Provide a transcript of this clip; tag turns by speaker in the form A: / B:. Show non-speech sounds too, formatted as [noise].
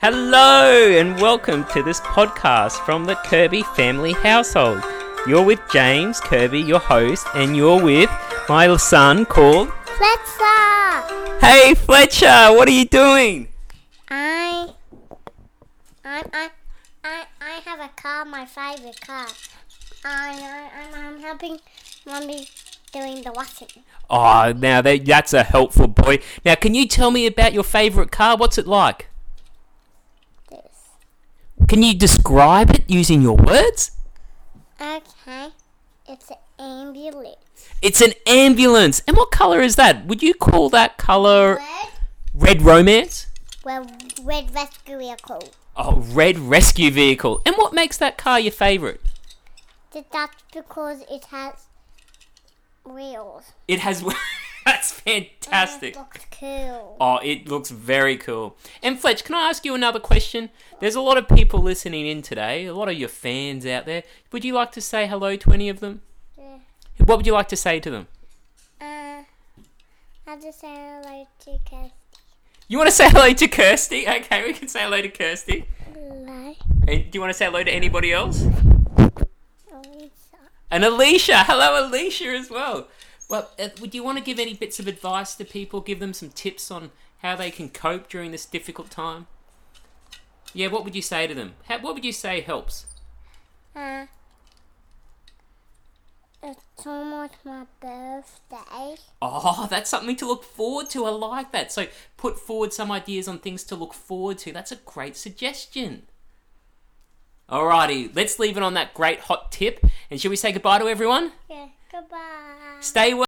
A: Hello and welcome to this podcast from the Kirby family household. You're with James Kirby, your host, and you're with my son called
B: Fletcher,
A: Hey Fletcher, what are you doing?
B: I, I, I, I, I have a car, my favorite car. I, I, I'm, I'm helping mommy doing the washing.
A: Oh, now that, that's a helpful boy. Now, can you tell me about your favorite car? What's it like?
B: This.
A: Can you describe it using your words?
B: Okay, it's an ambulance.
A: It's an ambulance. And what color is that? Would you call that color red romance?
B: Well, red rescue vehicle.
A: Oh, red rescue vehicle. And what makes that car your favorite?
B: That's because it has wheels.
A: It has. [laughs] That's
B: And it
A: fantastic.
B: looks cool.
A: Oh, it looks very cool. And Fletch, can I ask you another question? There's a lot of people listening in today, a lot of your fans out there. Would you like to say hello to any of them?
B: Yeah.
A: What would you like to say to them?
B: Uh, I just say hello to Kirsty.
A: You want to say hello to Kirsty? [laughs] Okay, we can say hello to Kirsty.
B: Hello,
A: And do you want to say hello to anybody else?
B: Lisa.
A: And Alicia, [laughs] hello Alicia as well. Well, uh, would you want to give any bits of advice to people? Give them some tips on how they can cope during this difficult time. Yeah, what would you say to them? How, what would you say helps?
B: Uh, it's almost my birthday.
A: Oh, that's something to look forward to. I like that. So put forward some ideas on things to look forward to. That's a great suggestion. Alrighty, let's leave it on that great hot tip. And should we say goodbye to everyone?
B: Yeah, goodbye.
A: Stay well.